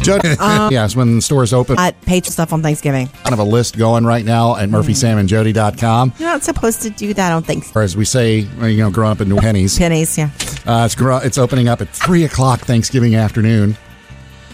Judge, yes, when the stores open, I paid for stuff on Thanksgiving. kind of a list going right now at murphysamandjody.com. You're not supposed to do that on Thanksgiving. Or as we say, you know, growing up in New Pennies, Pennies, yeah. uh, it's, grow- it's opening up at 3 o'clock Thanksgiving afternoon.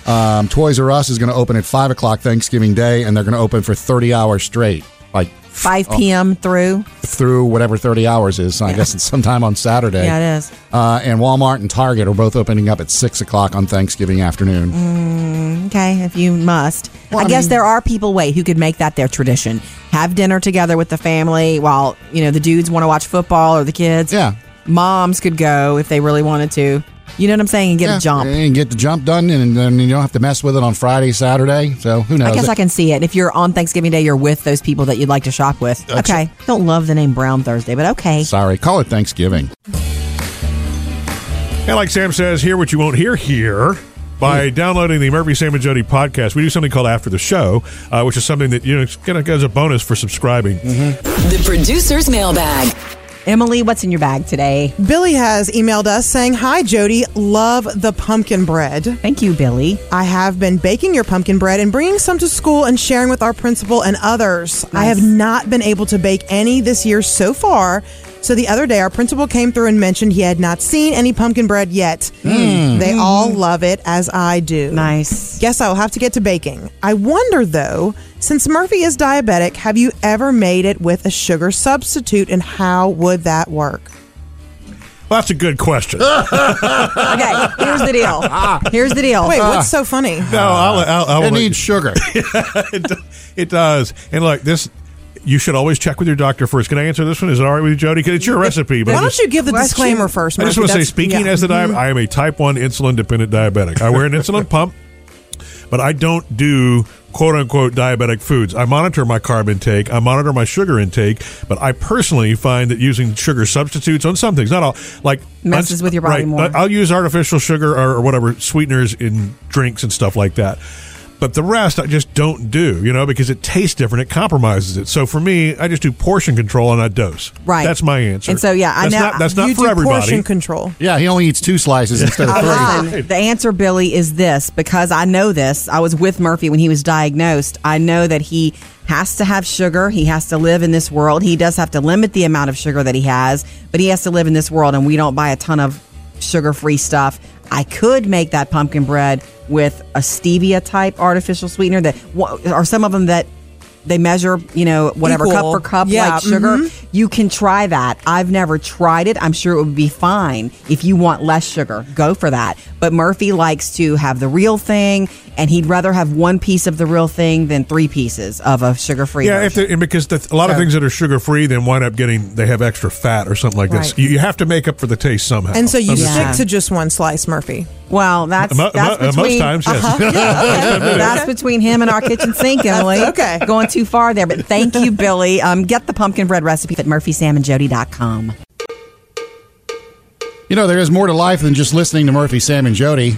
Um, Toys R Us is going to open at 5 o'clock Thanksgiving Day, and they're going to open for 30 hours straight, like 5 Oh. p.m. through. through whatever 30 hours is. So I guess it's sometime on Saturday. Yeah, it is. Uh, and Walmart and Target are both opening up at 6 o'clock on Thanksgiving afternoon. Mm-hmm. Okay, if you must. Well, I, I guess mean- there are people, wait, who could make that their tradition. Have dinner together with the family while, you know, the dudes want to watch football or the kids. Yeah. Moms could go if they really wanted to. You know what I'm saying? And get Yeah, a jump. And get the jump done, and then you don't have to mess with it on Friday, Saturday. So who knows? I guess I can see it. And if you're on Thanksgiving Day, you're with those people that you'd like to shop with. That's- okay. Don't love the name Brown Thursday, but okay. Sorry, call it Thanksgiving. And like Sam says, hear what you won't hear here by downloading the Murphy, Sam, and Jody podcast. We do something called After the Show, uh, which is something that, you know, it's kind of as a bonus for subscribing. The producer's mailbag. Emily, what's in your bag today? Billy has emailed us saying, Hi, Jody, love the pumpkin bread. Thank you, Billy. I have been baking your pumpkin bread and bringing some to school and sharing with our principal and others. I have not been able to bake any this year so far. So the other day, our principal came through and mentioned he had not seen any pumpkin bread yet. They all love it, as I do. Nice. Guess I'll have to get to baking. I wonder though, since Murphy is diabetic, have you ever made it with a sugar substitute and how would that work? Well, that's a good question. Okay, here's the deal. Here's the deal. Wait, what's so funny? No, I'll, I'll, I'll it let- needs sugar. it, it does. And look, this you should always check with your doctor first. Can I answer this one? Is it all right with you, Jody? Because it's your recipe. But Why I don't just- you give the Question. disclaimer first? I Murphy? just want to say, That's- speaking yeah. as the Mm-hmm. diabetic, I am a type one insulin dependent diabetic. I wear an insulin pump, but I don't do quote unquote diabetic foods. I monitor my carb intake, I monitor my sugar intake, but I personally find that using sugar substitutes on some things, not all, like Messes with your body right, more. I- I'll use artificial sugar or, or whatever sweeteners in drinks and stuff like that. But the rest I just don't do, you know, because it tastes different. It compromises it. So for me, I just do portion control and I dose. Right. That's my answer. And so, yeah, I that's know- Not, that's not you for do everybody. portion control. yeah, he only eats two slices instead of Uh, three. listen, the answer, Billy, is this because I know this. I was with Murphy when he was diagnosed. I know that he has to have sugar. He has to live in this world. He does have to limit the amount of sugar that he has, but he has to live in this world, and we don't buy a ton of sugar free stuff. I could make that pumpkin bread with a stevia type artificial sweetener that, or some of them that they measure, you know, whatever cup Equal. for cup, Yeah, like sugar. mhm. Mm-hmm. You can try that. I've never tried it. I'm sure it would be fine. If you want less sugar, go for that. But Murphy likes to have the real thing, and he'd rather have one piece of the real thing than three pieces of a sugar free. Yeah, if they, and because the, a lot of So- things that are sugar free then wind up getting they have extra fat or something like this. Right. You, you have to make up for the taste somehow. And so you I'm just- Yeah. stick to just one slice, Murphy. well, that's Mo- mo- that's uh, most between times, yes. Uh-huh. Yeah, okay. that's between him and our kitchen sink, Emily. okay. going too far there. But thank you, Billy. Um, get the pumpkin bread recipe at murphysamandjody.com. You know, there is more to life than just listening to Murphy, Sam, and Jody.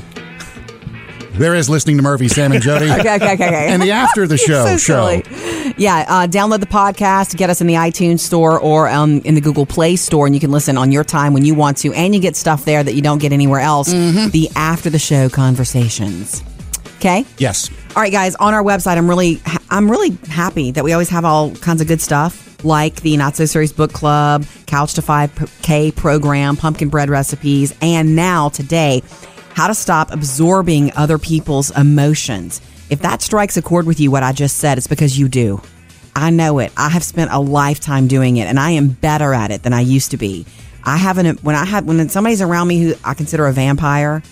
There is listening to Murphy, Sam, and Jody. Okay, okay, okay, okay. And the after the show so show. silly. Yeah, uh, download the podcast, get us in the iTunes store or um, in the Google Play store, and you can listen on your time when you want to, and you get stuff there that you don't get anywhere else. Mm-hmm. The after the show conversations. Okay. Yes. All right, guys. On our website, I'm really, I'm really happy that we always have all kinds of good stuff, like the Not So Serious Book Club, Couch to Five K program, pumpkin bread recipes, and now today, how to stop absorbing other people's emotions. If that strikes a chord with you, what I just said, it's because you do. I know it. I have spent a lifetime doing it, and I am better at it than I used to be. I haven't when I had when somebody's around me who I consider a vampire,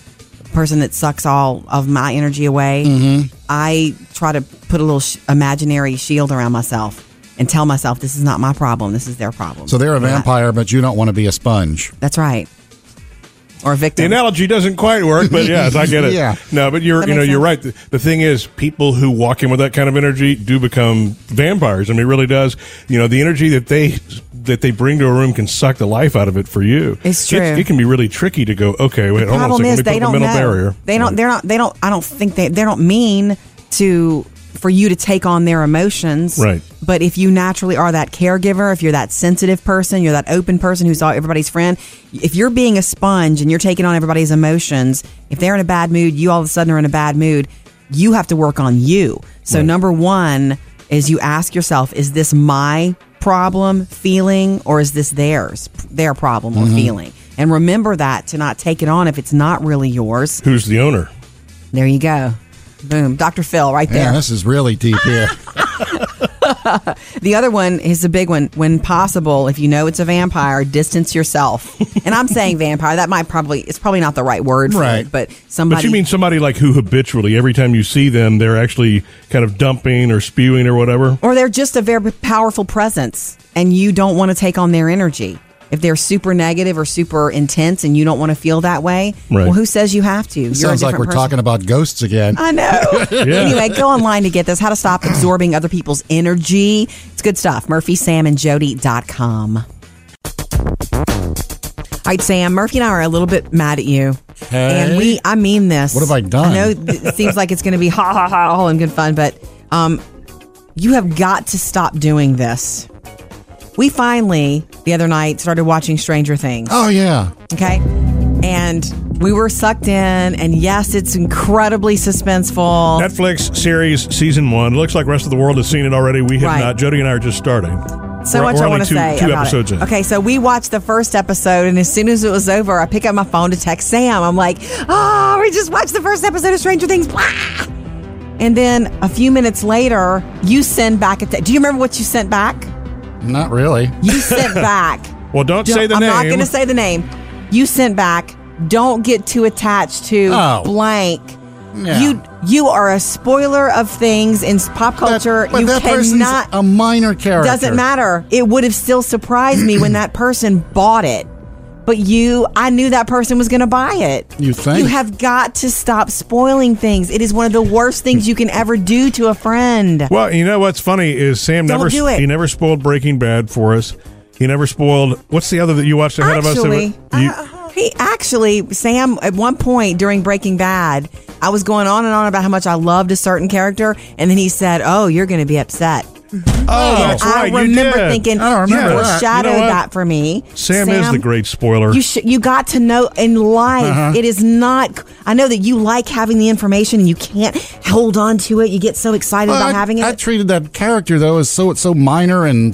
person that sucks all of my energy away. Mm-hmm. I try to put a little sh- imaginary shield around myself and tell myself this is not my problem. This is their problem. So they're a And I- vampire, but you don't want to be a sponge. that's right. Or a the victim. analogy doesn't quite work, but yes, I get it. Yeah. No, but you're That you know makes you're sense. right. The, the thing is, people who walk in with that kind of energy do become vampires. I mean, it really does. You know, the energy that they that they bring to a room can suck the life out of it for you. It's true. it can be really tricky to go. Okay, wait, hold on a problem second. is let me they put up a don't know. mental barrier. They don't. They're not. They don't. I don't think they. They don't mean to for you to take on their emotions. Right. But if you naturally are that caregiver, if you're that sensitive person, you're that open person who's all everybody's friend. If you're being a sponge and you're taking on everybody's emotions, if they're in a bad mood, you all of a sudden are in a bad mood. you have to work on you. So Right. number one is you ask yourself, is this my problem, feeling, or is this theirs, their problem Mm-hmm. or feeling? And remember that to not take it on if it's not really yours. Who's the owner? There you go. Boom. Dr. Phil right there. Yeah, this is really deep here. The other one is the big one. When possible, if you know it's a vampire, distance yourself. and I'm saying vampire. That might probably it's probably not the right word, for Right. It, but But somebody. you mean somebody like who habitually, every time you see them, they're actually kind of dumping or spewing or whatever? or they're just a very powerful presence, and you don't want to take on their energy. If they're super negative or super intense, and you don't want to feel that way, Right. well, who says you have to? You're a Sounds like different we're person. talking about ghosts again. I know. Anyway, go online to get this. How to stop absorbing other people's energy. It's good stuff. MurphySamandJody.com. All right, Sam. Murphy and I are a little bit mad at you, Hey. and we—I mean this. What have I done? I know th- it seems like it's going to be ha ha ha all in good fun, but um, you have got to stop doing this. We finally the other night started watching Stranger Things. Oh yeah, Okay. And we were sucked in, and yes, it's incredibly suspenseful. Netflix series season one. Looks like rest of the world has seen it already. We have Right. not. Jody and I are just starting. so We're- much we're I only want to two- say Two about episodes it. in. Okay, so we watched the first episode, and as soon as it was over, I pick up my phone to text Sam. I'm like, "Oh, we just watched the first episode of Stranger Things." Blah! And then a few minutes later, you send back a. Te- Do you remember what you sent back? not really. You sent back. Well, don't, say the I'm name. not going to say the name. You sent back. Don't get too attached to Oh. blank. Yeah. You you are a spoiler of things in s- pop culture. But, but you that person's cannot. a minor character. Doesn't matter. It would have still surprised me when that person bought it. But you, I knew that person was going to buy it. You think? You have got to stop spoiling things. It is one of the worst things you can ever do to a friend. Well, you know what's funny is Sam Don't never do it. he never spoiled Breaking Bad for us. He never spoiled what's the other that you watched ahead actually, uh-huh. of us? You- he actually Sam at one point during Breaking Bad, I was going on and on about how much I loved a certain character, and then he said, "Oh, you're going to be upset." oh, And that's I right. you remember did. thinking, I don't remember you that. You know foreshadowed what? that for me. Sam, is the great spoiler. Uh-huh. You should. You got to know in life. it is not. I know that you like having the information and you can't hold on to it. You get so excited Well, about I, having it. I treated that character though as so so minor and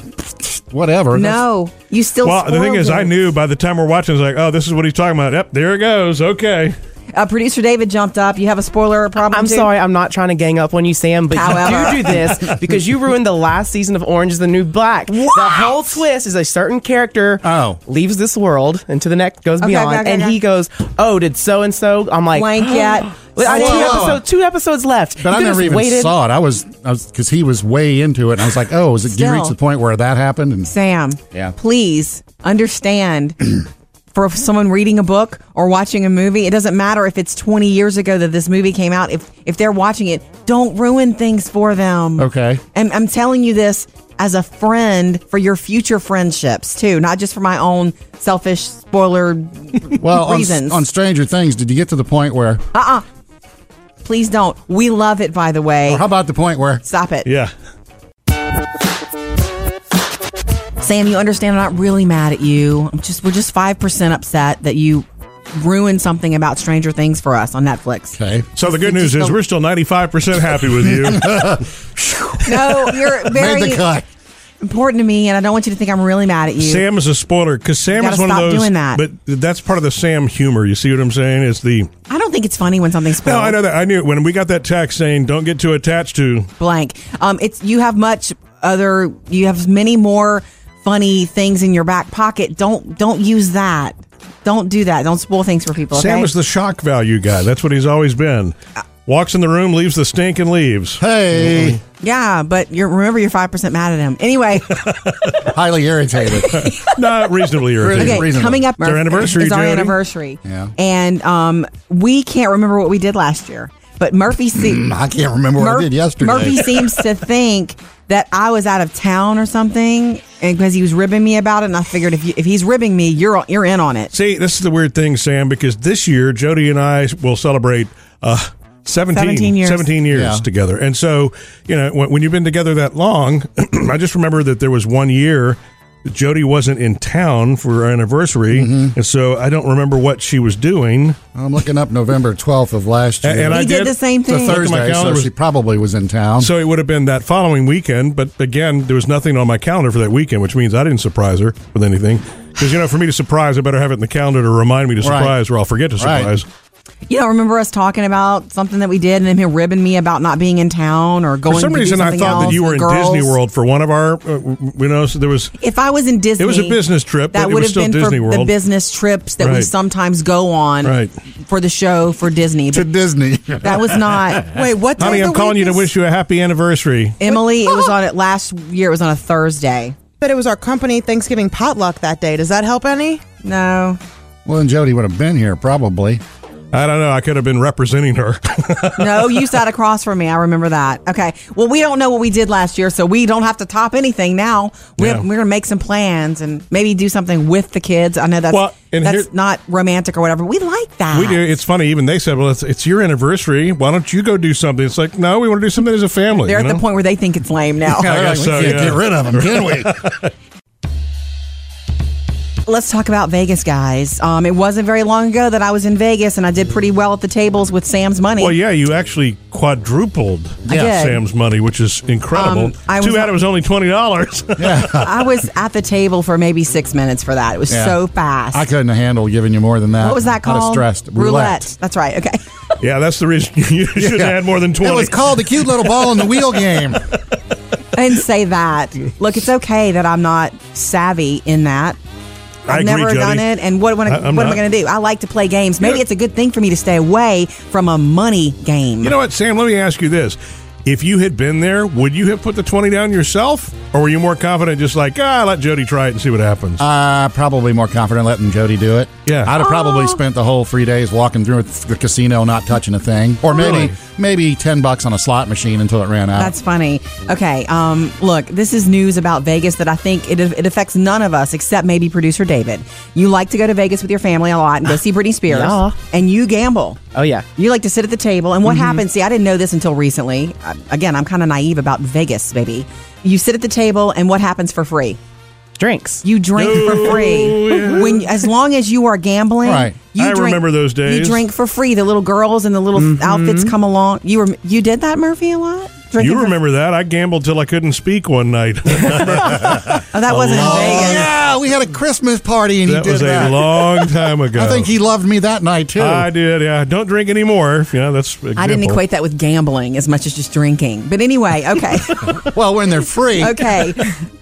whatever. That's- no, you still. well, the thing spoiled is, I it. knew by the time we're watching, it's like, oh, this is what he's talking about. Yep, there it goes. Okay. Uh, Producer David jumped up. You have a spoiler problem. I'm too? sorry, I'm not trying to gang up on you, Sam, but However. you do do this because you ruined the last season of Orange is the New Black. The whole twist is a certain character Oh. leaves this world into the next goes beyond, okay, okay, and okay. he goes, "Oh, did so and so?" I'm like, Blank yet. Well, I- two, Whoa. episode, two episodes left. But You I could've never even waited. saw it. I was because he was way into it, and I was like, "Oh, is it? Did you reach Still. the point where that happened?" And Sam, Yeah. please understand for someone reading a book or watching a movie, it doesn't matter if it's 20 years ago that this movie came out. If if they're watching it, don't ruin things for them. Okay. And I'm telling you this as a friend for your future friendships too, not just for my own selfish spoiler well, on, reasons. on Stranger Things, did you get to the point where? uh-uh. please don't. We love it by the way. Or how about the point where? Stop it. Yeah. Sam, you understand I'm not really mad at you. I'm just we're just 5% upset that you ruined something about Stranger Things for us on Netflix. Okay. So the good news is we're still 95% happy with you. No, you're very Made the cut. important to me, and I don't want you to think I'm really mad at you. Sam is a spoiler because Sam Gotta is one stop of those. doing that. But that's part of the Sam humor. You see what I'm saying? It's the. I don't think it's funny when something's No, spoiled. I know that. I knew when we got that text saying don't get too attached to. Blank. Um, it's you have much other. You have many more funny things in your back pocket. Don't don't use that. Don't do that. Don't spoil things for people. Sam okay? Uh, is the shock value guy. That's what he's always been. Walks in the room, leaves the stink, and leaves. Mm-hmm. Hey, yeah, but you're remember you're five percent mad at him anyway. highly irritated. Not reasonably irritating. Okay, reasonable. coming up, It's our Murph, anniversary, It's our Jody. anniversary. Yeah. and um, we can't remember what we did last year. But Mm, Murphy, see, I can't remember what I Murph- did yesterday. Murphy seems to think that I was out of town or something, and because he was ribbing me about it, and I figured if you, if he's ribbing me, you're you're in on it. See, this is the weird thing, Sam, because this year Jody and I will celebrate uh, 17, 17 years. 17 years Yeah. together. And so, you know, when, when you've been together that long, I just remember that there was one year Jody wasn't in town for our anniversary, Mm-hmm. and so I don't remember what she was doing. I'm looking up November 12th of last year. And, and I We did the same it's a thing. looked at my Thursday, so calendar, she probably was in town. so it would have been that following weekend, but again, there was nothing on my calendar for that weekend, which means I didn't surprise her with anything. Because, you know, for me to surprise, I better have it in the calendar to remind me to Right. surprise, or I'll forget to Right. surprise. You know, remember us talking about something that we did and then him ribbing me about not being in town or going For some to do reason, I something thought that else you were in with girls. Disney World for one of our, uh, you know, so there was. If I was in Disney, was a business trip, but That it was would have still been Disney for the World. business trips that we Right. sometimes go on Right. for the show for Disney. to But Disney. that was not. Wait, what? day Honey, of I'm the calling you to week is- wish you a happy anniversary. Emily, it was on it last year. It was on a Thursday. But it was our company Thanksgiving potluck that day. Does that help any? No, well, and Jody would have been here probably. I don't know. I could have been representing her. no, you sat across from me. I remember that. Okay. Well, we don't know what we did last year, so we don't have to top anything now. We're, Yeah. we're gonna make some plans and maybe do something with the kids. I know that's Well, and that's here- not romantic or whatever. We like that. we do. It's funny. Even they said, "Well, it's, it's your anniversary. Why don't you go do something?" It's like, no, we want to do something as a family. They're you at know? the point where they think it's lame now. I guess Oh, so, we can't yeah. get rid of them, can we? Let's talk about Vegas, guys. Um, it wasn't very long ago that I was in Vegas and I did pretty well at the tables with Sam's money. Well, yeah, you actually quadrupled did. Sam's money, which is incredible. Um, I Too was- bad it was only twenty dollars. I was at the table for maybe six minutes for that. It was Yeah. so fast. I couldn't handle giving you more than that. what was I'd that have called? stressed. That's right. Okay. yeah, that's the reason you shouldn't Yeah. add more than twenty. It was called the cute little ball in the wheel game. I didn't say that. Look, it's okay that I'm not savvy in that. I I've agree, never Jody. done it, and what, what, I- I'm what am not. I going to do? I like to play games. Maybe Yeah. it's a good thing for me to stay away from a money game. You know what, Sam? Let me ask you this. If you had been there, would you have put the 20 down yourself? Or were you more confident, just like, ah, let Jody try it and see what happens? Uh, probably more confident letting Jody do it. Yeah. I'd have probably spent the whole three days walking through the casino, not touching a thing, or maybe Really? maybe ten bucks on a slot machine until it ran Oh. out. That's funny. Okay, um, look, this is news about Vegas that I think it, it affects none of us except maybe producer David. You like to go to Vegas with your family a lot Ah, and go see Britney Spears, Yeah. and you gamble. Oh, yeah. you like to sit at the table. And what Mm-hmm. happens? See, I didn't know this until recently. Uh, Again, I'm kind of naive about Vegas, baby. You sit at the table, and what happens for free? Drinks. You drink Oh, for free. When as long as you are gambling, Right. you I remember those You days. Mm-hmm. drink for free. The little girls and the little outfits come along. You were you did that, Murphy, a lot. Drinking you for- remember that? I gambled till I couldn't speak one night. Oh, that wasn't in oh, Vegas. yeah, we had a Christmas party and that he did was that. a long time ago. I think he loved me that night too. I did, yeah. Don't drink anymore. Yeah, that's. I didn't example. equate that with gambling as much as just drinking. But anyway, okay. well, when they're free, okay.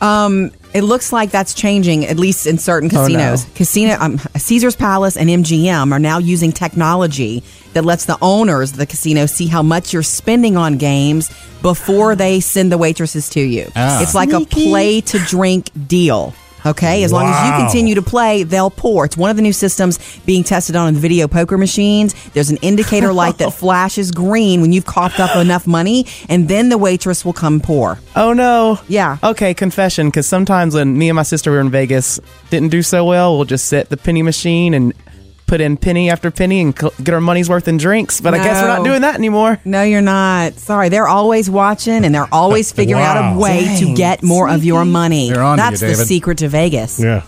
Um, it looks like that's changing, at least in certain Oh, no. casinos. Casino, um, Caesar's Palace and MGM are now using technology that lets the owners of the casino see how much you're spending on games before they send the waitresses to you. Ah. It's like a play to drink deal. Okay, as long as you Wow. continue to play, they'll pour. It's one of the new systems being tested on video poker machines. There's an indicator light that flashes green when you've coughed up enough money, and then the waitress will come pour. Oh no. Yeah. Okay, confession. Because sometimes when me and my sister were in Vegas, didn't do so well, we'll just sit at the penny machine and put in penny after penny and cl- get our money's worth in drinks. But I guess we're No. not doing that anymore. No, you're not. Sorry, they're always watching and they're always figuring out Wow. a way to Dang. get more of your money. They're on to you, That's the David. secret to Vegas. Yeah.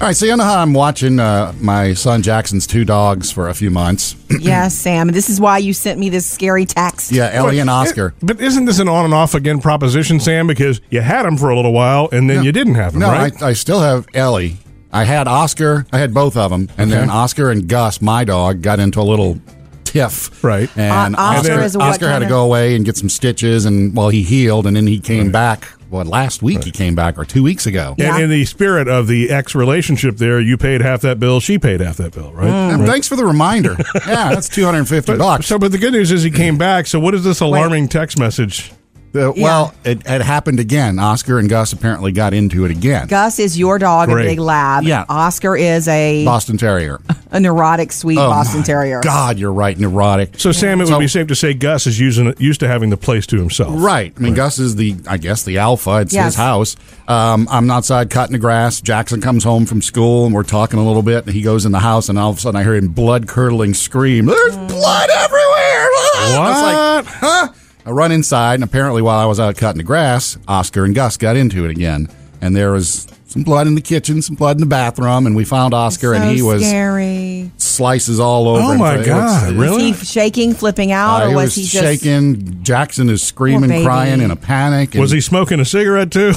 All right, so you know how I'm watching uh, my son Jackson's two dogs for a few months. yes, Sam. This is why you sent me this scary text. yeah, Ellie and Oscar. But isn't this an on and off again proposition, Sam? Because you had him for a little while and then you didn't have him, No, right? I, I still have Ellie. I had Oscar. I had both of them, and then Oscar and Gus, my dog, got into a little tiff. Right. and O- Oscar is what Oscar had to kinda- go away and get some stitches, and well, he healed, and then he came back. Well, last week he came back, or two weeks ago. and Yeah. in the spirit of the ex relationship there, you paid half that bill, she paid half that bill, right? Mm. And thanks for the reminder. yeah, that's two hundred and fifty bucks. So, but the good news is he came back. So, what is this alarming text message? The- well, it had happened again. Oscar and Gus apparently got into it again. Gus is your dog, Great. a big lab. Yeah. Oscar is a, Boston Terrier. a neurotic, sweet Boston Terrier. Oh God, you're right. Neurotic. So, Sam, it would So- be safe to say Gus is using used to having the place to himself. Right. I mean, Gus is the, I guess, the alpha. It's his Yes. house. Um, I'm outside cutting the grass. Jackson comes home from school and we're talking a little bit. And he goes in the house and all of a sudden I hear him blood curdling scream. There's blood everywhere. What? I was like, huh? I run inside, and apparently, while I was out cutting the grass, Oscar and Gus got into it again. And there was some blood in the kitchen, some blood in the bathroom, and we found Oscar, and he was scary. slices all over. Oh him. my It was- God! Was Really? he shaking, flipping out, Uh, or he was, was he just shaking. Jackson is Poor screaming, baby. crying in a panic. and- Was he smoking a cigarette too?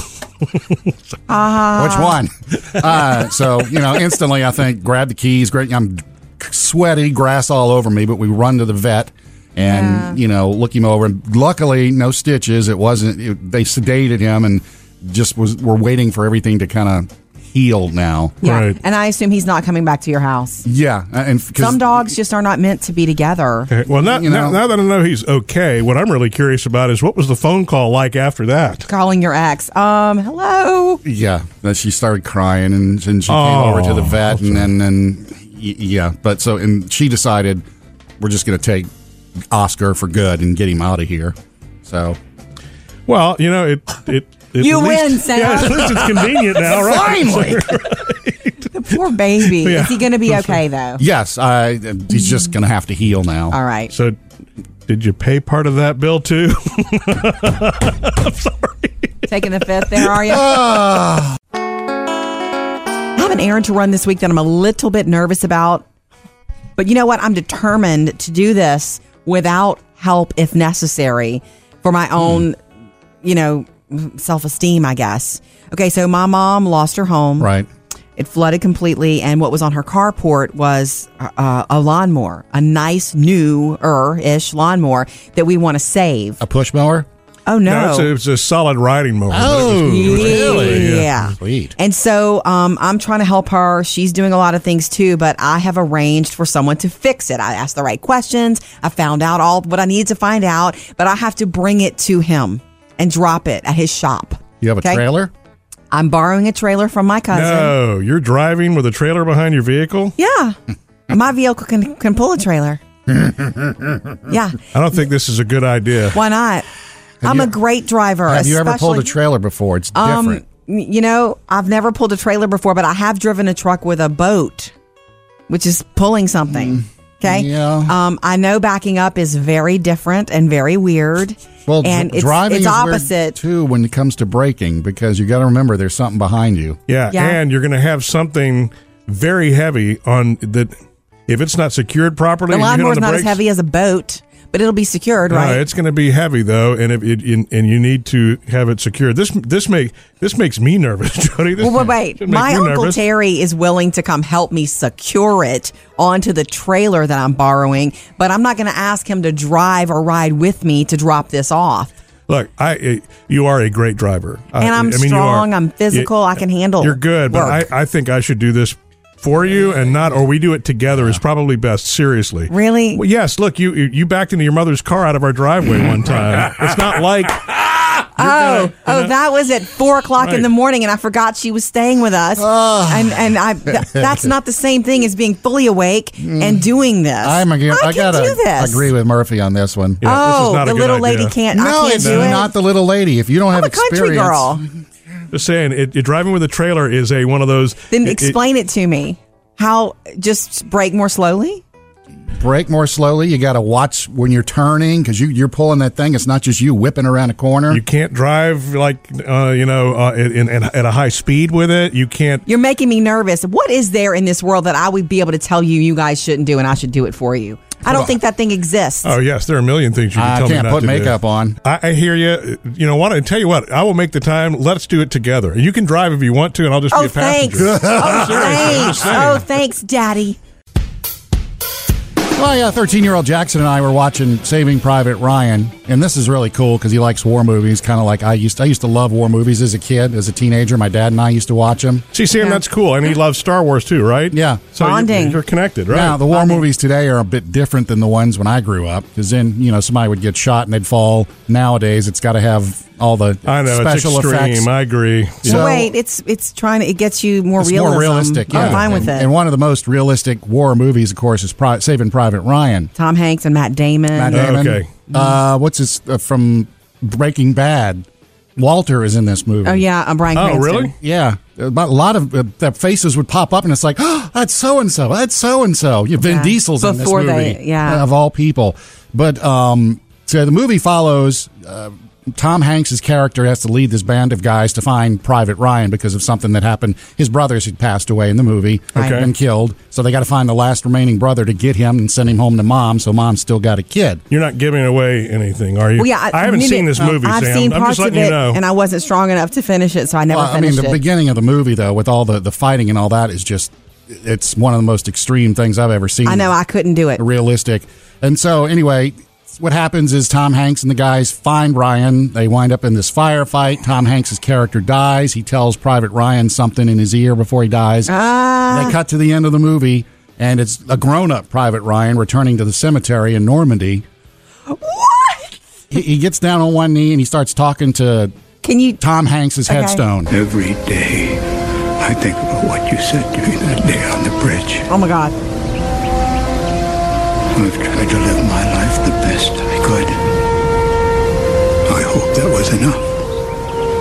Which one? uh, so you know, instantly I think grab the keys. Great, I'm sweaty, grass all over me. But we run to the vet and you know look him over. And luckily, no stitches. It wasn't. It, they sedated him and just was. We're waiting for everything to kind of heal now. Yeah. Right. And I assume he's not coming back to your house. Yeah, and 'cause- Some dogs just are not meant to be together. Okay, Well, now, You know- now, now that I know he's okay, what I'm really curious about is what was the phone call like after that? Calling your ex. Um, hello. Yeah, that she started crying and, and she Oh, came over to the vet and then and, y yeah, but so and she decided we're just gonna take Oscar for good and get him out of here. So Well, you know, it it, it You at least- win, Sam. Yeah, at least it's convenient now, right? finally, The poor baby. Yeah. Is he going to be okay though? yes, I he's just gonna have to heal now. All right. So, did you pay part of that bill too? Taking the fifth there, are you? I Ah. have an errand to run this week that I'm a little bit nervous about. But you know what? I'm determined to do this without help if necessary for my own, you know, self esteem, I guess. Okay, so my mom lost her home. Right, It flooded completely, and what was on her carport was uh, a lawnmower, a nice new er ish lawnmower that we want to save. a push mower. Oh no, it's a, it's a solid riding mower. but it was- Yeah. Sweet. And so um, I'm trying to help her. She's doing a lot of things too, but I have arranged for someone to fix it. I asked the right questions. I found out all what I needed to find out, but I have to bring it to him and drop it at his shop. You have a Okay? trailer? I'm borrowing a trailer from my cousin. No, you're driving with a trailer behind your vehicle. Yeah. my vehicle can, can pull a trailer. yeah. I don't think this is a good idea. Why not? I'm you- a great driver. Have you ever pulled a especially- trailer before? It's Um, different. y- you know, I've never pulled a trailer before, but I have driven a truck with a boat, which is pulling Mm, something. Okay. yeah. Um, I know backing up is very different and very weird. Well, dr- and it's, driving it's is weird, opposite. too when it comes to braking because you got to remember there's something behind you. Yeah, Yeah. and you're going to have something very heavy on that if it's not secured properly. and The you hit on lawnmower's the not brakes, as heavy as a boat, but it'll be secured, No, right? it's going to be heavy though, and if it, and, and you need to have it secured. This this make this makes me nervous, Jody. This Well, wait, wait. should make My you uncle nervous. Terry is willing to come help me secure it onto the trailer that I'm borrowing, but I'm not going to ask him to drive or ride with me to drop this off. Look, I eh, you are a great driver, And Uh, I, I'm I mean, you are. strong. I'm You- physical. I can handle. You're good, but Oh, work. I, I think I should do this for you and not, or we do it together is probably best. Seriously, Really? Well, yes. Look, you you you backed into your mother's car out of our driveway one time. it's not like Oh, oh, that was at four o'clock in Right. the morning, and I forgot she was staying with us. and and I, th- that's not the same thing as being fully awake Mm. and doing this. I'm ag- I I, can gotta do this. agree with Murphy on this one. Yeah, this is oh, not a the good little idea. lady can't. I No, can't it's do it. not the little lady. If you don't have I'm a experience, country girl. Just saying, it, it, driving with a trailer is a one of those. Then it- it- explain it, to me. How just break more slowly? brake more slowly. You got to watch when you're turning because you, you're pulling that thing. It's not just you whipping around a corner. you can't drive like uh, you know uh, in, in, at a high speed with it. You can't. You're making me nervous. What is there in this world that I would be able to tell you you guys shouldn't do, and I should do it for you? I don't think that thing exists. Oh yes, there are a million things you can I tell can't me not put to do. makeup on. I, I hear you. You know, want to tell you what? I will make the time. Let's do it together. And You can drive if you want to, and I'll just be Oh, a passenger. thanks. oh, thanks. saying. Oh, thanks, Daddy. Well, yeah, 13 year old Jackson and I were watching Saving Private Ryan, and this is really cool because he likes war movies, kind of like I used. To, I used to love war movies as a kid, as a teenager. My dad and I used to watch them. See, Sam, that's cool. And he loves Star Wars too, right? Yeah. So you- Bonding. You're, connected, right? Now, the war movies today are a bit different than the ones when I grew up because then, you know, somebody would get shot and they'd fall. Nowadays, it's got to have all the I know special it's extreme. effects. I agree. So- well, wait, it's it's trying to it gets you more It's realism. more realistic. Yeah. I'm fine with and, it. And one of the most realistic war movies, of course, is Pri- Saving Private Ryan. Tom Hanks and Matt Damon. Matt Damon. okay. Uh, what's his uh, from Breaking Bad? Walter is in this movie. Oh yeah, I'm Brian. Oh, Cranston. really? Yeah, About a lot of uh, their faces would pop up, and it's like, oh, that's so and so, that's so and so. Vin Yeah. Diesel's in this Before movie, uh, they- yeah. of all people. But um, So the movie follows uh, Tom Hanks's character has to lead this band of guys to find Private Ryan because of something that happened. His brothers had passed away in the movie, Okay. been killed. So they got to find the last remaining brother to get him and send him home to mom. So mom's still got a kid. You're not giving away anything, are you? Well, yeah, I, I, haven't mean seen it- this movie, I've Sam. seen I'm parts just letting of it, you know. and I wasn't strong enough to finish it, so I never Well, I mean, finished the it. beginning of the movie though, with all the the fighting and all that, is just it's one of the most extreme things I've ever seen. I know I couldn't do it. realistic. And so, anyway, what happens is Tom Hanks and the guys find Ryan. They wind up in this firefight. Tom Hanks' character dies. He tells Private Ryan something in his ear before he dies. Ah. They cut to the end of the movie, and it's a grown up Private Ryan returning to the cemetery in Normandy. What? He, he gets down on one knee and he starts talking to Can you? Tom Hanks' headstone. Every day, I think about what you said to me that day on the bridge. Oh my God! I've tried to live my life the best I could. I hope that was enough.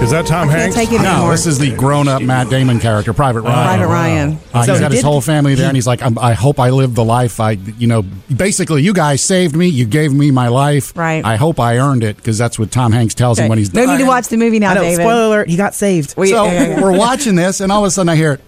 Is that Tom can't Hanks? take it No, anymore. this is the grown up Matt Damon character, Private Ryan. Private Ryan. Uh, So he's he got his did- whole family there, and he's like, I'm, "I hope I lived the life I, you know, basically, you guys saved me. You gave me my life. Right. I hope I earned it because that's what Tom Hanks tells him when he's No done. need to watch the movie now, I know. David. Spoiler alert, he got saved. We- So yeah, yeah, yeah. we're watching this, and all of a sudden I hear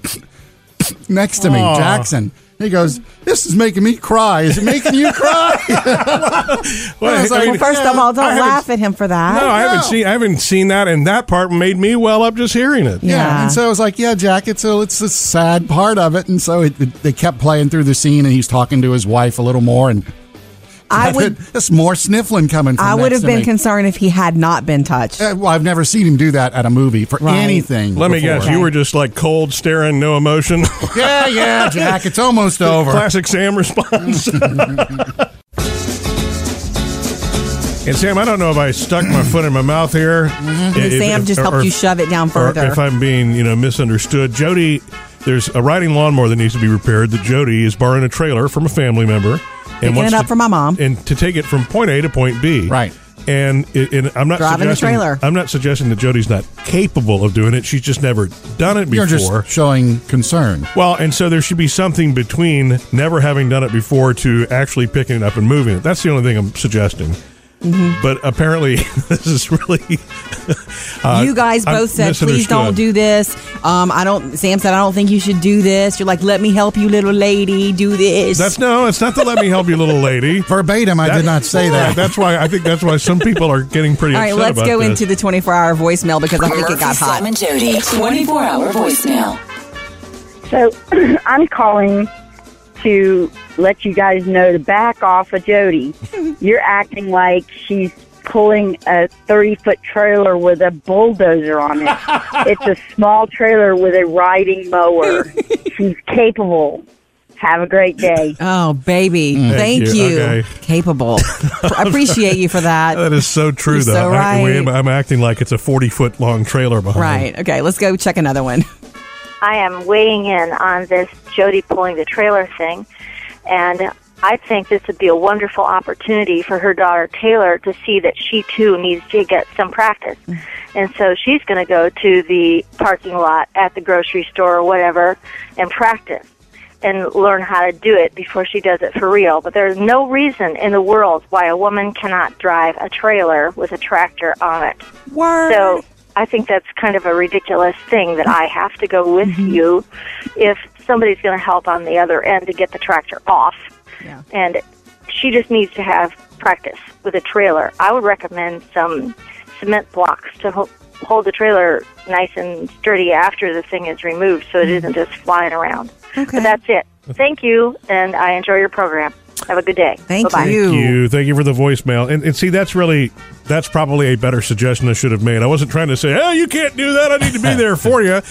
next to me, Jackson. He goes, "This is making me cry. Is it making you cry?" Well, I was like, I mean, well, First of all, don't I haven't- laugh at him for that. No, I haven't No. seen. I haven't seen that, and that part made me well up just hearing it. Yeah. And so I was like, yeah, Jack, it's a, it's a sad part of it. And so it, it- they kept playing through the scene, and he's talking to his wife a little more, and I would. that's more sniffling coming from I would next have to been me. concerned if he had not been touched. Uh, well, I've never seen him do that at a movie for Right. anything. Let me before. guess, you were just like cold staring, no emotion. Yeah, yeah, Jack. It's almost over. Classic Sam response. and Sam, I don't know if I stuck my foot in my mouth here. If- if- Mm-hmm. Sam just or- helped or- you shove it down or further. if uh, I'm being, you know, misunderstood, Jody, there's a riding lawnmower that needs to be repaired. That Jody is borrowing a trailer from a family member and Picking wants it up to- from my mom. and to take it from point A to point B. Right. And, it- and I'm not Driving the suggesting, trailer. I'm not suggesting that Jody's not capable of doing it. She's just never done it You're just before. showing concern. Well, and so there should be something between never having done it before to actually picking it up and moving it. That's the only thing I'm suggesting. Mm-hmm. But apparently, this is really. uh, you guys I'm both said, "Please misunderstood." don't do this." Um, I don't. Sam said, "I don't think you should do this." You're like, "Let me help you, little lady. Do this." That's no. It's not the let me help you, little lady. Verbatim, I That- did not say Yeah, that. That's why I think that's why some people are getting pretty. all right. upset Let's about go this. into the 24-hour voicemail because I think it got Murphy, hot. Sam, and Jody. 24 hour voicemail. So I'm calling to let you guys know to back off of Jody. You're acting like she's pulling a 30 foot trailer with a bulldozer on it. it's a small trailer with a riding mower. she's capable. Have a great day. Oh, baby. Thank, Mm. Thank you. you. Okay. Capable. I appreciate you for that. That is so true, You're though. so I, we- right. I'm acting like it's a 40 foot long trailer behind. me. Right. Okay. Let's go check another one. I am weighing in on this Jody pulling the trailer thing, and I think this would be a wonderful opportunity for her daughter Taylor to see that she too needs to get some practice. And so she's going to go to the parking lot at the grocery store or whatever and practice and learn how to do it before she does it for real. But there's no reason in the world why a woman cannot drive a trailer with a tractor on it. Word. So I think that's kind of a ridiculous thing that I have to go with Mm-hmm. you if somebody's going to help on the other end to get the tractor off. Yeah. And she just needs to have practice with a trailer. I would recommend some cement blocks to ho- hold the trailer nice and sturdy after the thing is removed so it isn't just flying around. Mm-hmm. Okay. But that's it. Thank you, and I enjoy your program. Have a good day. Thank Bye-bye. you. Thank you. Thank you for the voicemail. And, and see, that's really that's probably a better suggestion I should have made. I wasn't trying to say, "Oh, you can't do that. I need to be there for you."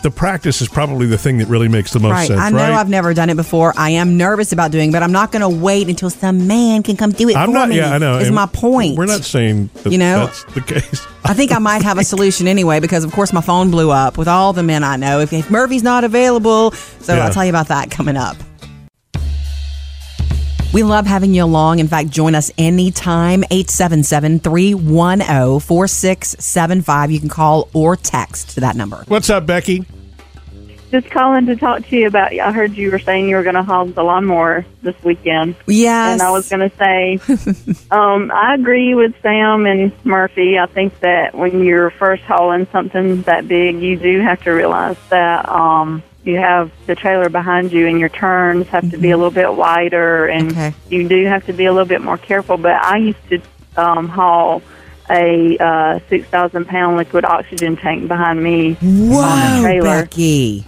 The practice is probably the thing that really makes the most Right. sense. I know right? I've never done it before. I am nervous about doing, it, but I'm not going to wait until some man can come do it I'm for not. me. Yeah, I know. Is And my point. We're not saying that You know? that's the case. I think I might have a solution anyway because, of course, my phone blew up with all the men I know. If, if Murphy's not available, so Yeah. I'll tell you about that coming up. We love having you along. In fact, join us anytime, 877 310 4675. You can call or text to that number. What's up, Becky? Just calling to talk to you about. I heard you were saying you were going to haul the lawnmower this weekend. Yes. And I was going to say, um, I agree with Sam and Murphy. I think that when you're first hauling something that big, you do have to realize that um, you have the trailer behind you, and your turns have to be a little bit wider, and Mm-hmm. Okay. you do have to be a little bit more careful. But I used to um, haul a uh, six thousand pound liquid oxygen tank behind me on Wow, the trailer. Becky.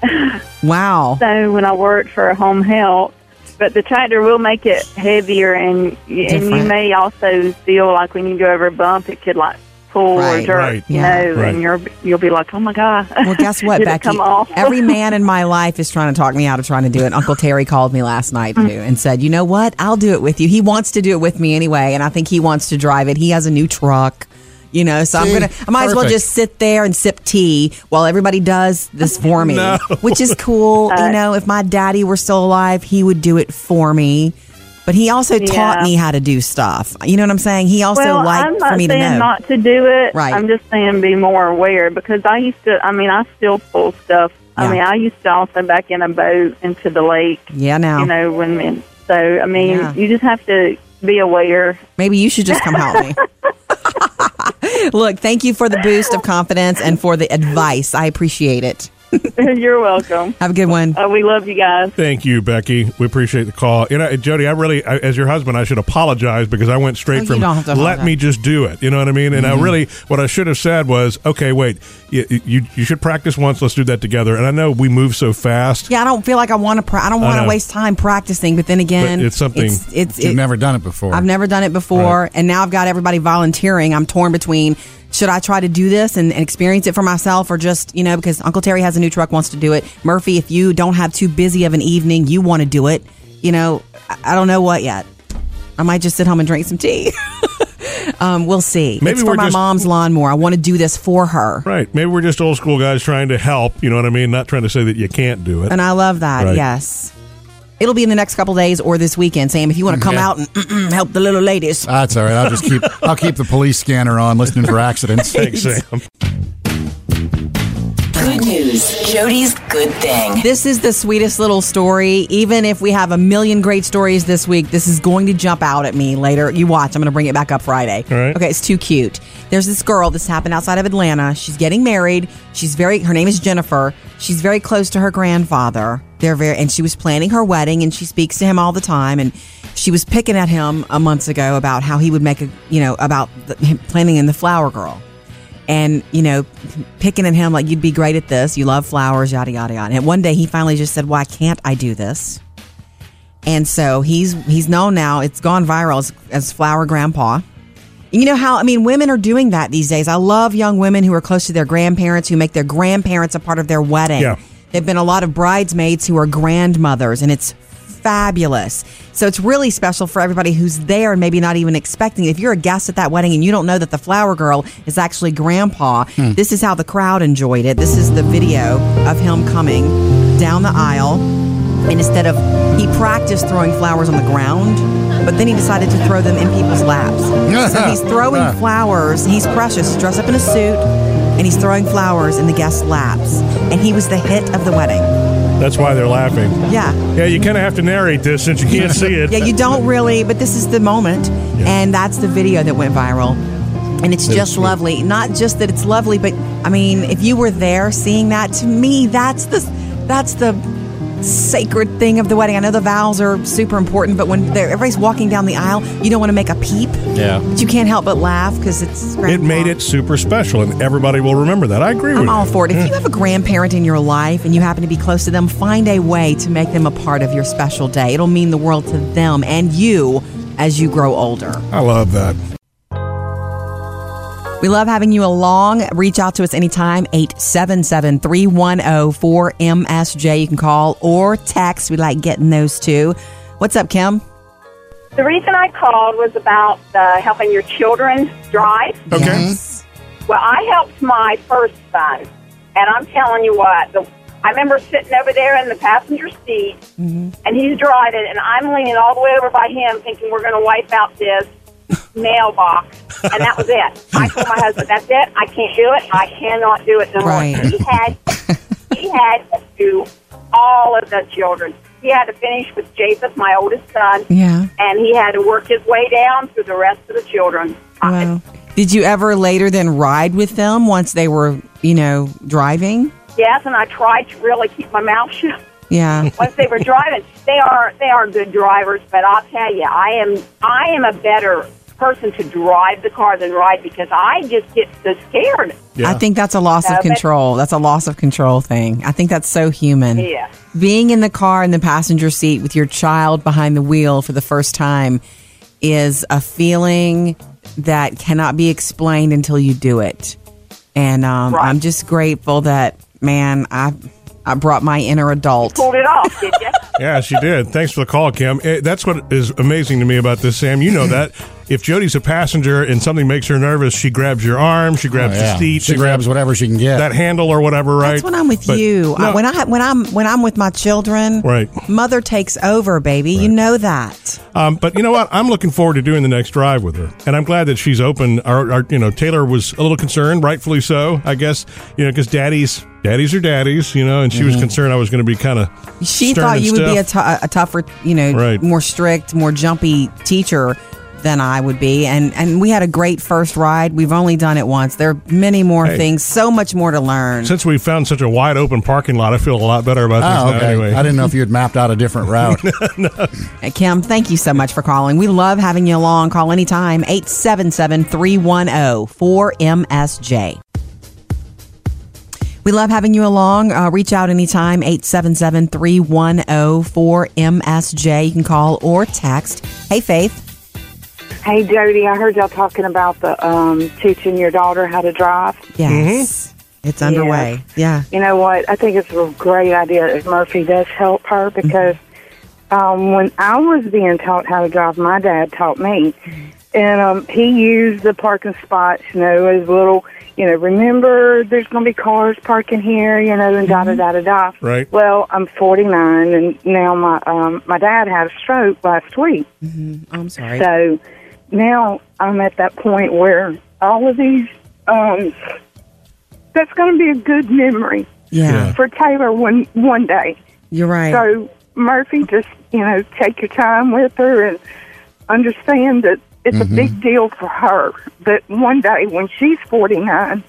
Wow. So when I worked for home health, but the tractor will make it heavier, and and you Different. may also feel like when you go over a bump, it could like pull Right. or jerk, Right. you Yeah. know, Right. and you're you'll be like, oh my god. Well, guess what, Did it Becky? come off? Every man in my life is trying to talk me out of trying to do it. Uncle Terry called me last night too and said, "You know what? I'll do it with you." He wants to do it with me anyway, and I think he wants to drive it. He has a new truck. You know, so See? I'm gonna. I might as well Perfect. just sit there and sip tea while everybody does this for me, No. which is cool. Uh, you know, if my daddy were still alive, he would do it for me. But he also taught Yeah. me how to do stuff. You know what I'm saying? He also well, I'm liked not for me to saying know. not to do it. Right. I'm just saying be more aware because I used to. I mean, I still pull stuff. Yeah. I mean, I used to also back in a boat into the lake. yeah, now You know, when men. So I mean, Yeah. you just have to be aware. Maybe you should just come help me. Look, thank you for the boost of confidence and for the advice. I appreciate it. You're welcome. Have a good one. Uh, we love you guys. Thank you, Becky. We appreciate the call. You know, Jody, I really, I, as your husband, I should apologize because I went Oh, straight you from don't have to "let me apologize. Mm-hmm. just do it." You know what I mean? And I really, what I should have said was, "Okay, wait, you, you you should practice once. Let's do that together." And I know we move so fast. Yeah, I don't feel like I want to. Pra- I don't want know. to waste time practicing. But then again, But it's something- It's, it's, You've it- never done it before. I've never done it before, and now I've got everybody volunteering. I'm torn between should I try to do this and, and experience it for myself, or just you know because Uncle Terry has a new truck, wants to do it. Murphy, if you don't have too busy of an evening, you want to do it. You know, I, I don't know what yet. I might just sit home and drink some tea. um, we'll see. Maybe it's for we're my just- mom's lawnmower. I want to do this for her, Right? Maybe we're just old school guys trying to help. You know what I mean? Not trying to say that you can't do it. and I love that. Right. Yes. It'll be in the next couple days or this weekend, Sam. If you want to come Yeah. out and help the little ladies, That's all right. I'll just keep. I'll keep the police scanner on, listening for accidents. Thanks, Sam. Good news. Jody's good thing. This is the sweetest little story. Even if we have a million great stories this week, this is going to jump out at me later. You watch. I'm going to bring it back up Friday. All right. Okay, it's too cute. There's this girl. This happened outside of Atlanta. She's getting married. She's very. Her name is Jennifer. She's very close to her grandfather. They're very, and she was planning her wedding, and she speaks to him all the time. And she was picking at him a months ago about how he would make a, you know, about the, him planning in the flower girl and you know picking at him like you'd be great at this you love flowers yada yada yada and one day he finally just said why can't i do this and so he's he's known now it's gone viral as, as flower grandpa and you know how i mean women are doing that these days i love young women who are close to their grandparents who make their grandparents a part of their wedding Yeah. There've been a lot of bridesmaids who are grandmothers, and it's fabulous. So it's really special for everybody who's there and maybe not even expecting. If you're a guest at that wedding and you don't know that the flower girl is actually grandpa, this is how the crowd enjoyed it. This is the video of him coming down the aisle. And instead of, he practiced throwing flowers on the ground, but then he decided to throw them in people's laps. So he's throwing Ah. flowers. He's precious. He's dressed up in a suit and he's throwing flowers in the guest laps. And he was the hit of the wedding. That's why they're laughing. Yeah. Yeah, you kind of have to narrate this since you can't see it. Yeah, you don't really, but this is the moment. And that's the video that went viral. And it's just lovely. Not just that it's lovely, but I mean, if you were there seeing that, to me, that's the that's the sacred thing of the wedding. I know the vows are super important, but when they're- everybody's walking down the aisle, you don't want to make a peep. Yeah. But you can't help but laugh because it's It grandpa. made it super special, and everybody will remember that. I agree with I'm all you. for it. If you have a grandparent in your life and you happen to be close to them, find a way to make them a part of your special day. It'll mean the world to them and you as you grow older. I love that. We love having you along. Reach out to us anytime, oh, 877-310-4MSJ. You can call or text. We like getting those too. What's up, Kim? The reason I called was about uh, helping your children drive. Okay. Yes. Well, I helped my first son, and I'm telling you what, the, I remember sitting over there in the passenger seat, Mm-hmm. and he's driving, and I'm leaning all the way over by him, thinking we're going to wipe out this mailbox, and that was it. I told my husband, "That's it. I can't do it. I cannot do it no more." Right. He had he had to do all of the children. He had to finish with Japheth, my oldest son, Yeah. and he had to work his way down through the rest of the children. Wow. Did you ever later then ride with them once they were, you know, driving? Yes, and I tried to really keep my mouth shut. Yeah. Once they were driving, they are they are good drivers. But I'll tell you, I am I am a better person to drive the car than ride because I just get so scared. I think that's a loss So, of but- control. That's a loss of control thing. I think that's so human. Yeah. Being in the car in the passenger seat with your child behind the wheel for the first time is a feeling that cannot be explained until you do it. And um, I'm just grateful that, man, I I brought my inner adult. Pulled it off, did you? Yeah, she did. Thanks for the call, Kim. Eh, that's what is amazing to me about this, Sam. You know that if Jody's a passenger and something makes her nervous, she grabs your arm, she grabs Oh, yeah. the seat, She grabs whatever she can get. that handle or whatever. Right? That's when I'm with But- you. I- No, when I when I'm when I'm with my children, Right. Mother takes over, baby. You know that. Um, but you know what? I'm looking forward to doing the next drive with her, and I'm glad that she's open. Our, our you know, Taylor was a little concerned, rightfully so, I guess. You know, because daddies, daddies are daddies, you know, and she was Mm-hmm. concerned I was going to be kind of. She thought you would be a, t- a tougher, you know, Right. more strict, more jumpy teacher than I would be. And and we had a great first ride. We've only done it once. There are many more Hey. things, so much more to learn. Since we found such a wide open parking lot, I feel a lot better about this Oh, now. okay. Anyway, I didn't know if you had mapped out a different route. Uh, Kim, thank you so much for calling. We love having you along. Call anytime oh, 877-310-4MSJ. We love having you along. Uh, reach out anytime oh, 877-310-4MSJ. You can call or text. Hey Faith. Hey, Jody, I heard y'all talking about the um, teaching your daughter how to drive. Yes. It's underway. Yeah. You know what? I think it's a great idea if Murphy does help her because um, when I was being taught how to drive, my dad taught me. And um, he used the parking spots, you know, as little, you know, remember there's going to be cars parking here, you know, and da da da da da. Right. Well, I'm 49, and now my um, my dad had a stroke last week. I'm sorry. So now I'm at that point where all of these, um, that's going to be a good memory Yeah. Yeah. for Taylor one one day. You're right. So Murphy, just you know, take your time with her and understand that it's Mhm. a Mm-hmm. big deal for her. That one day when she's 49,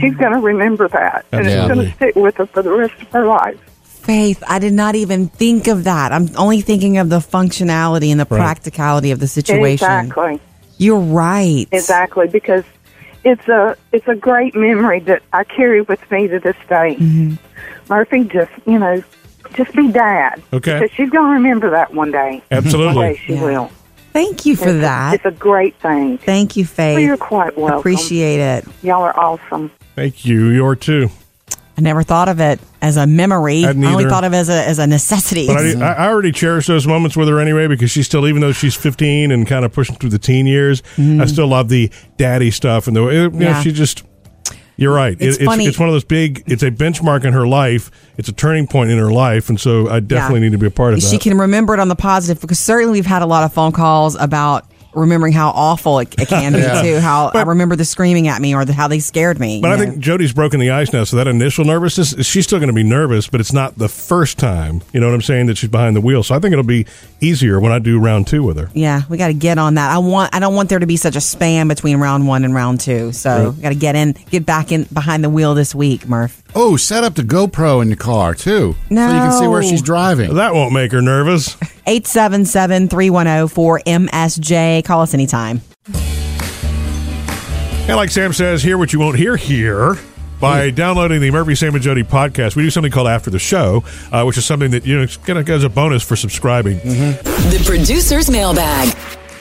she's going to remember that, and it's going to Absolutely. stick with her for the rest of her life. Faith, I did not even think of that. I'm only thinking of the functionality and the Right. practicality of the situation. Exactly. You're right. Exactly, because it's a it's a great memory that I carry with me to this day. Murphy, just you know, just be dad. Okay. because she's gonna remember that one day. Absolutely. one day she will. Thank you for It's a- that. it's a great thing. Thank you, Faith. Well, you're quite welcome. Appreciate it. Y'all are awesome. Thank you. You're too. I never thought of it as a memory. I, Hadn't only either. thought of it as a as a necessity. But I, I- I already cherish those moments with her anyway because she's still, even though she's 15 and kind of pushing through the teen years, I still love the daddy stuff and the way you know, Mm-hmm. Yeah. she just. You're right. It's it's, funny. it's one of those big. It's a benchmark in her life. It's a turning point in her life, and so I definitely Yeah. need to be a part of that. She can remember it on the positive because certainly we've had a lot of phone calls about remembering how awful it, it can be Yeah. too. How I remember the screaming at me or the, how they scared me. But you I know? think Jody's broken the ice now, so that initial nervousness, she's still going to be nervous, but it's not the first time. You know what I'm saying? That she's behind the wheel, so I think it'll be easier when I do round two with her. Yeah, we got to get on that. I want. I don't want there to be such a span between round one and round two. So Right. got to get in, get back in behind the wheel this week, Murph. Oh, set up the GoPro in the car too, so you can see where No. she's driving. That won't make her nervous. 877-310-4MSJ. Call us anytime. And like Sam says, hear what you won't hear here by downloading the Murphy, Sam, and Jody podcast. We do something called After the Show, uh, which is something that you know it's kind of as a bonus for subscribing. The producer's mailbag.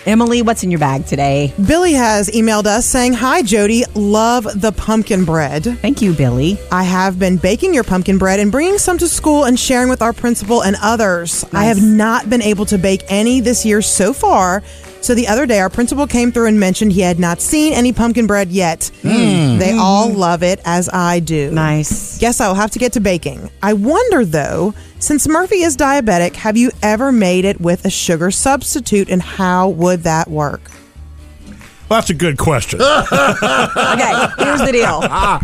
Emily, what's in your bag today? Billy has emailed us saying, Hi, Jody. Love the pumpkin bread. Thank you, Billy. I have been baking your pumpkin bread and bringing some to school and sharing with our principal and others. I have not been able to bake any this year so far. So the other day, our principal came through and mentioned he had not seen any pumpkin bread yet. Mm. They all love it, as I do. Nice. Guess I will have to get to baking. I wonder, though, since Murphy is diabetic, have you ever made it with a sugar substitute and how would that work? Well, that's a good question. okay, here's the deal.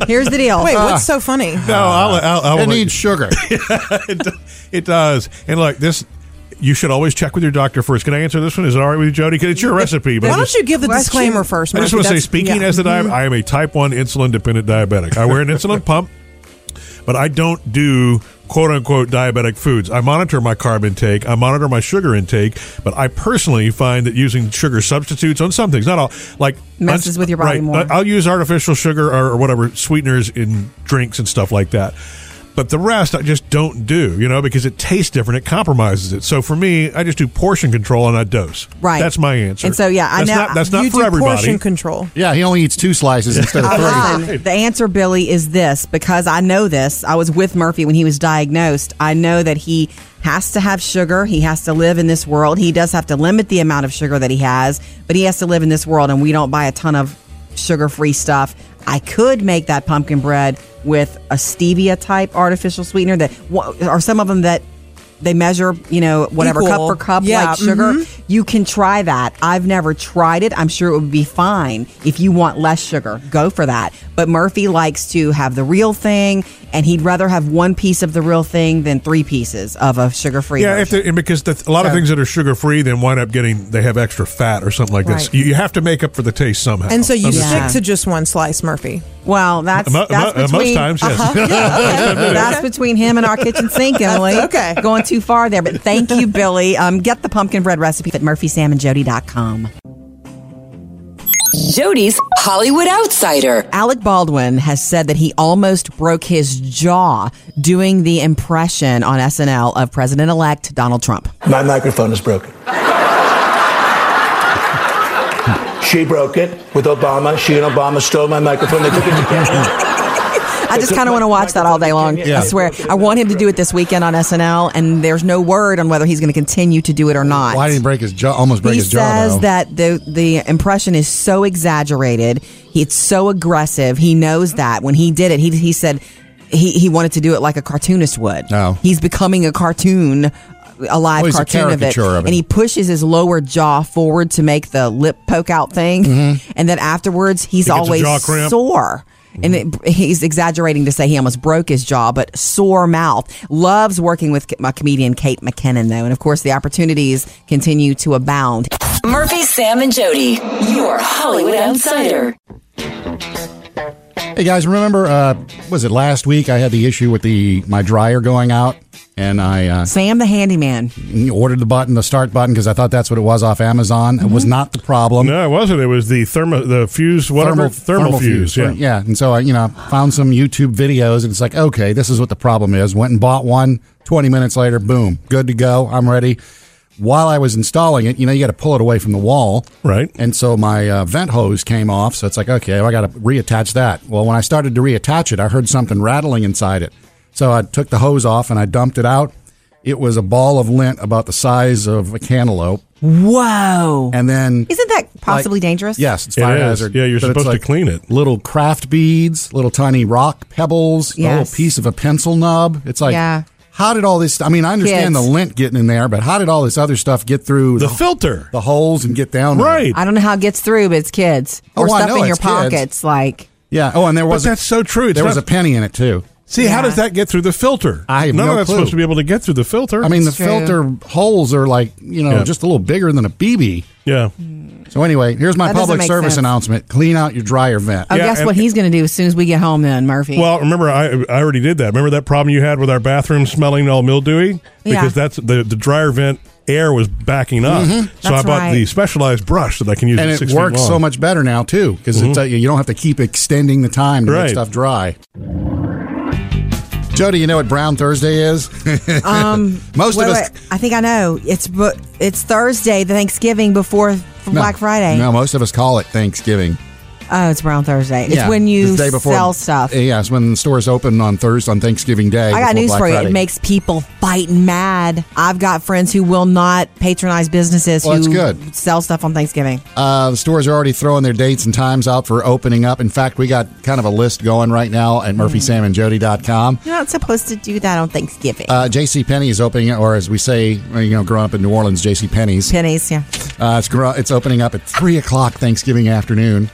Here's the deal. Wait, what's so funny? No, I'll, I'll, I'll It needs sugar. it, do- it does. And look, this you should always check with your doctor first. Can I answer this one? Is it all right with you, Jody? Because it's your recipe. But Why I don't just- you give the Why don't disclaimer you- first? I just Murphy? want to say, That's- speaking yeah. Mm-hmm. as the diabetic, I am a type one insulin dependent diabetic. I wear an insulin pump, but I don't do quote unquote diabetic foods. I monitor my carb intake, I monitor my sugar intake, but I personally find that using sugar substitutes on some things, not all, like Messes with your body right, more. I- I'll use artificial sugar or, or whatever sweeteners in drinks and stuff like that. But the rest I just don't do, you know, because it tastes different. It compromises it. So for me, I just do portion control and I dose. Right. That's my answer. And so, yeah, I that's know- Not, that's not you for do everybody. portion control. Yeah, he only eats two slices instead of Uh-huh. three. The answer, Billy, is this because I know this. I was with Murphy when he was diagnosed. I know that he has to have sugar. He has to live in this world. He does have to limit the amount of sugar that he has, but he has to live in this world, and we don't buy a ton of sugar free stuff. I could make that pumpkin bread with a stevia type artificial sweetener that wha- or some of them that they measure, you know, whatever Equal. cup for cup, Yeah, like sugar. mhm. You can try that. I've never tried it. I'm sure it would be fine. If you want less sugar, go for that. But Murphy likes to have the real thing, and he'd rather have one piece of the real thing than three pieces of a sugar free. Yeah, if they- and because the, a lot of things that are sugar free then wind up getting they have extra fat or something like this. Right. You, you have to make up for the taste somehow. Um, And so you I'm just- stick to just one slice, Murphy. well, that's Mo- that's mo- most between times, yes. Uh-huh. Yeah, okay. that's between him and our kitchen sink, Emily. okay. going too far there. But thank you, Billy. Um, get the pumpkin bread recipe at murphysamandjody.com. Jody's Hollywood Outsider. Alec Baldwin has said that he almost broke his jaw doing the impression on SNL of President elect Donald Trump. My microphone is broken. she broke it with Obama. She and Obama stole my microphone. They took it together. I just kind of want to watch that all day long. I swear. I want him to do it this weekend on SNL, and there's no word on whether he's going to continue to do it or not. Why did he break his jaw? Almost break he his jaw. says though. that the the impression is so exaggerated. It's so aggressive. He knows that when he did it, he he said he he wanted to do it like a cartoonist would. No. he's becoming a cartoon. A live Oh. Well, he's a cartoon of it, caricature of it. and he pushes his lower jaw forward to make the lip poke out thing, and then afterwards he's Mm-hmm. He gets a jaw always cramp. sore. And it, he's exaggerating to say he almost broke his jaw, but sore mouth. Loves working with my comedian Kate McKinnon, though. And of course, the opportunities continue to abound. Murphy, Sam, and Jody, your Hollywood Outsider. Hey guys, remember uh was it last week I had the issue with the my dryer going out and I uh Sam the handyman. ordered the button, the start button because I thought that's what it was off Amazon. It was not the problem. no, it wasn't. It was the thermo the fuse whatever thermal, fuse. Yeah. yeah. And so I, you know, found some YouTube videos and it's like, okay, this is what the problem is. Went and bought one. 20 minutes later, boom, good to go. I'm ready. While I was installing it, you know, you got to pull it away from the wall. Right. And so my uh, vent hose came off. So it's like, okay, I got to reattach that. Well, when I started to reattach it, I heard something rattling inside it. So I took the hose off and I dumped it out. It was a ball of lint about the size of a cantaloupe. Whoa. And then Isn't that possibly like- dangerous? Yes, it's It fire is. hazard. Yeah, you're but it's supposed to like clean it. Little craft beads, little tiny rock pebbles, a Yes. little piece of a pencil nub. It's like, Yeah. how did all this? I mean, I understand Kids. the lint getting in there, but how did all this other stuff get through The filter. the holes and get down? there? Right. I don't know how it gets through, but it's kids. Oh, or I stuff know in your it's kids. pockets. Like, Yeah. Oh, and there but was that's so true. It's there was a not- penny in it too. see how does that get through the filter? I have None no of that's clue. supposed to be able to get through the filter. I mean, the It's true. filter holes are like you know Yeah. just a little bigger than a BB. yeah. So anyway, here's my That doesn't public make service sense. announcement: clean out your dryer vent. oh, Yeah, guess and- what he's going to do as soon as we get home, then, Murphy? Well, remember I I already did that. Remember that problem you had with our bathroom smelling all mildewy Yeah. because that's the the dryer vent air was backing up. So I Mm-hmm. That's bought right. the specialized brush that I can use. and it's it six feet works so long. Mm-hmm. much better now too because it's uh you don't have to keep extending the time to Right. make stuff dry. Jody, you know what Brown Thursday is? um, Most wait, of us wait. I think I know. It's bu- it's Thursday, the Thanksgiving before No. Black Friday. No, most of us call it Thanksgiving. Oh, it's Brown Thursday. It's when you the day before- sell stuff. Yeah, it's when stores open on Thursday on Thanksgiving Day. I before got news Black for you. Friday. It makes people fighting mad. I've got friends who will not patronize businesses Well, that's who good. sell stuff on Thanksgiving. Uh, the stores are already throwing their dates and times out for opening up. In fact, we got kind of a list going right now Mm-hmm. at murphysamandjody.com. You're not supposed to do that on Thanksgiving. Uh, J.C. Penney is opening, or as we say, you know, growing up in New Orleans, J.C. Penney's. Pennies, yeah. Uh, it's gro- it's opening up at three o'clock Thanksgiving afternoon.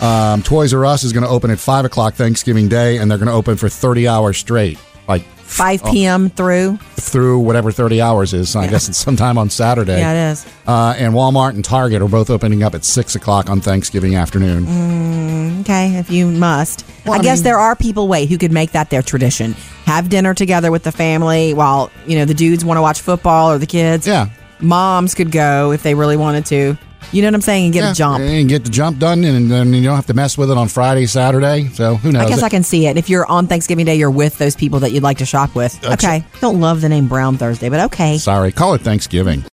Um, Toys R Us is going to open at five o'clock Thanksgiving Day, and they're going to open for thirty hours straight, like 5 oh, p.m. through. through whatever thirty hours is. I guess it's sometime on Saturday. Yeah, it is. Uh, and Walmart and Target are both opening up at six o'clock on Thanksgiving afternoon. Mm, okay, if you must. I, I guess mean- there are people, wait, who could make that their tradition. Have dinner together with the family while, you know, the dudes want to watch football or the kids. Yeah. Moms could go if they really wanted to. You know what I'm saying? And get Yeah, a jump. and get the jump done, and then you don't have to mess with it on Friday, Saturday. So who knows? I guess I can see it. And if you're on Thanksgiving Day, you're with those people that you'd like to shop with. That's okay. Don't love the name Brown Thursday, but okay. Sorry, call it Thanksgiving.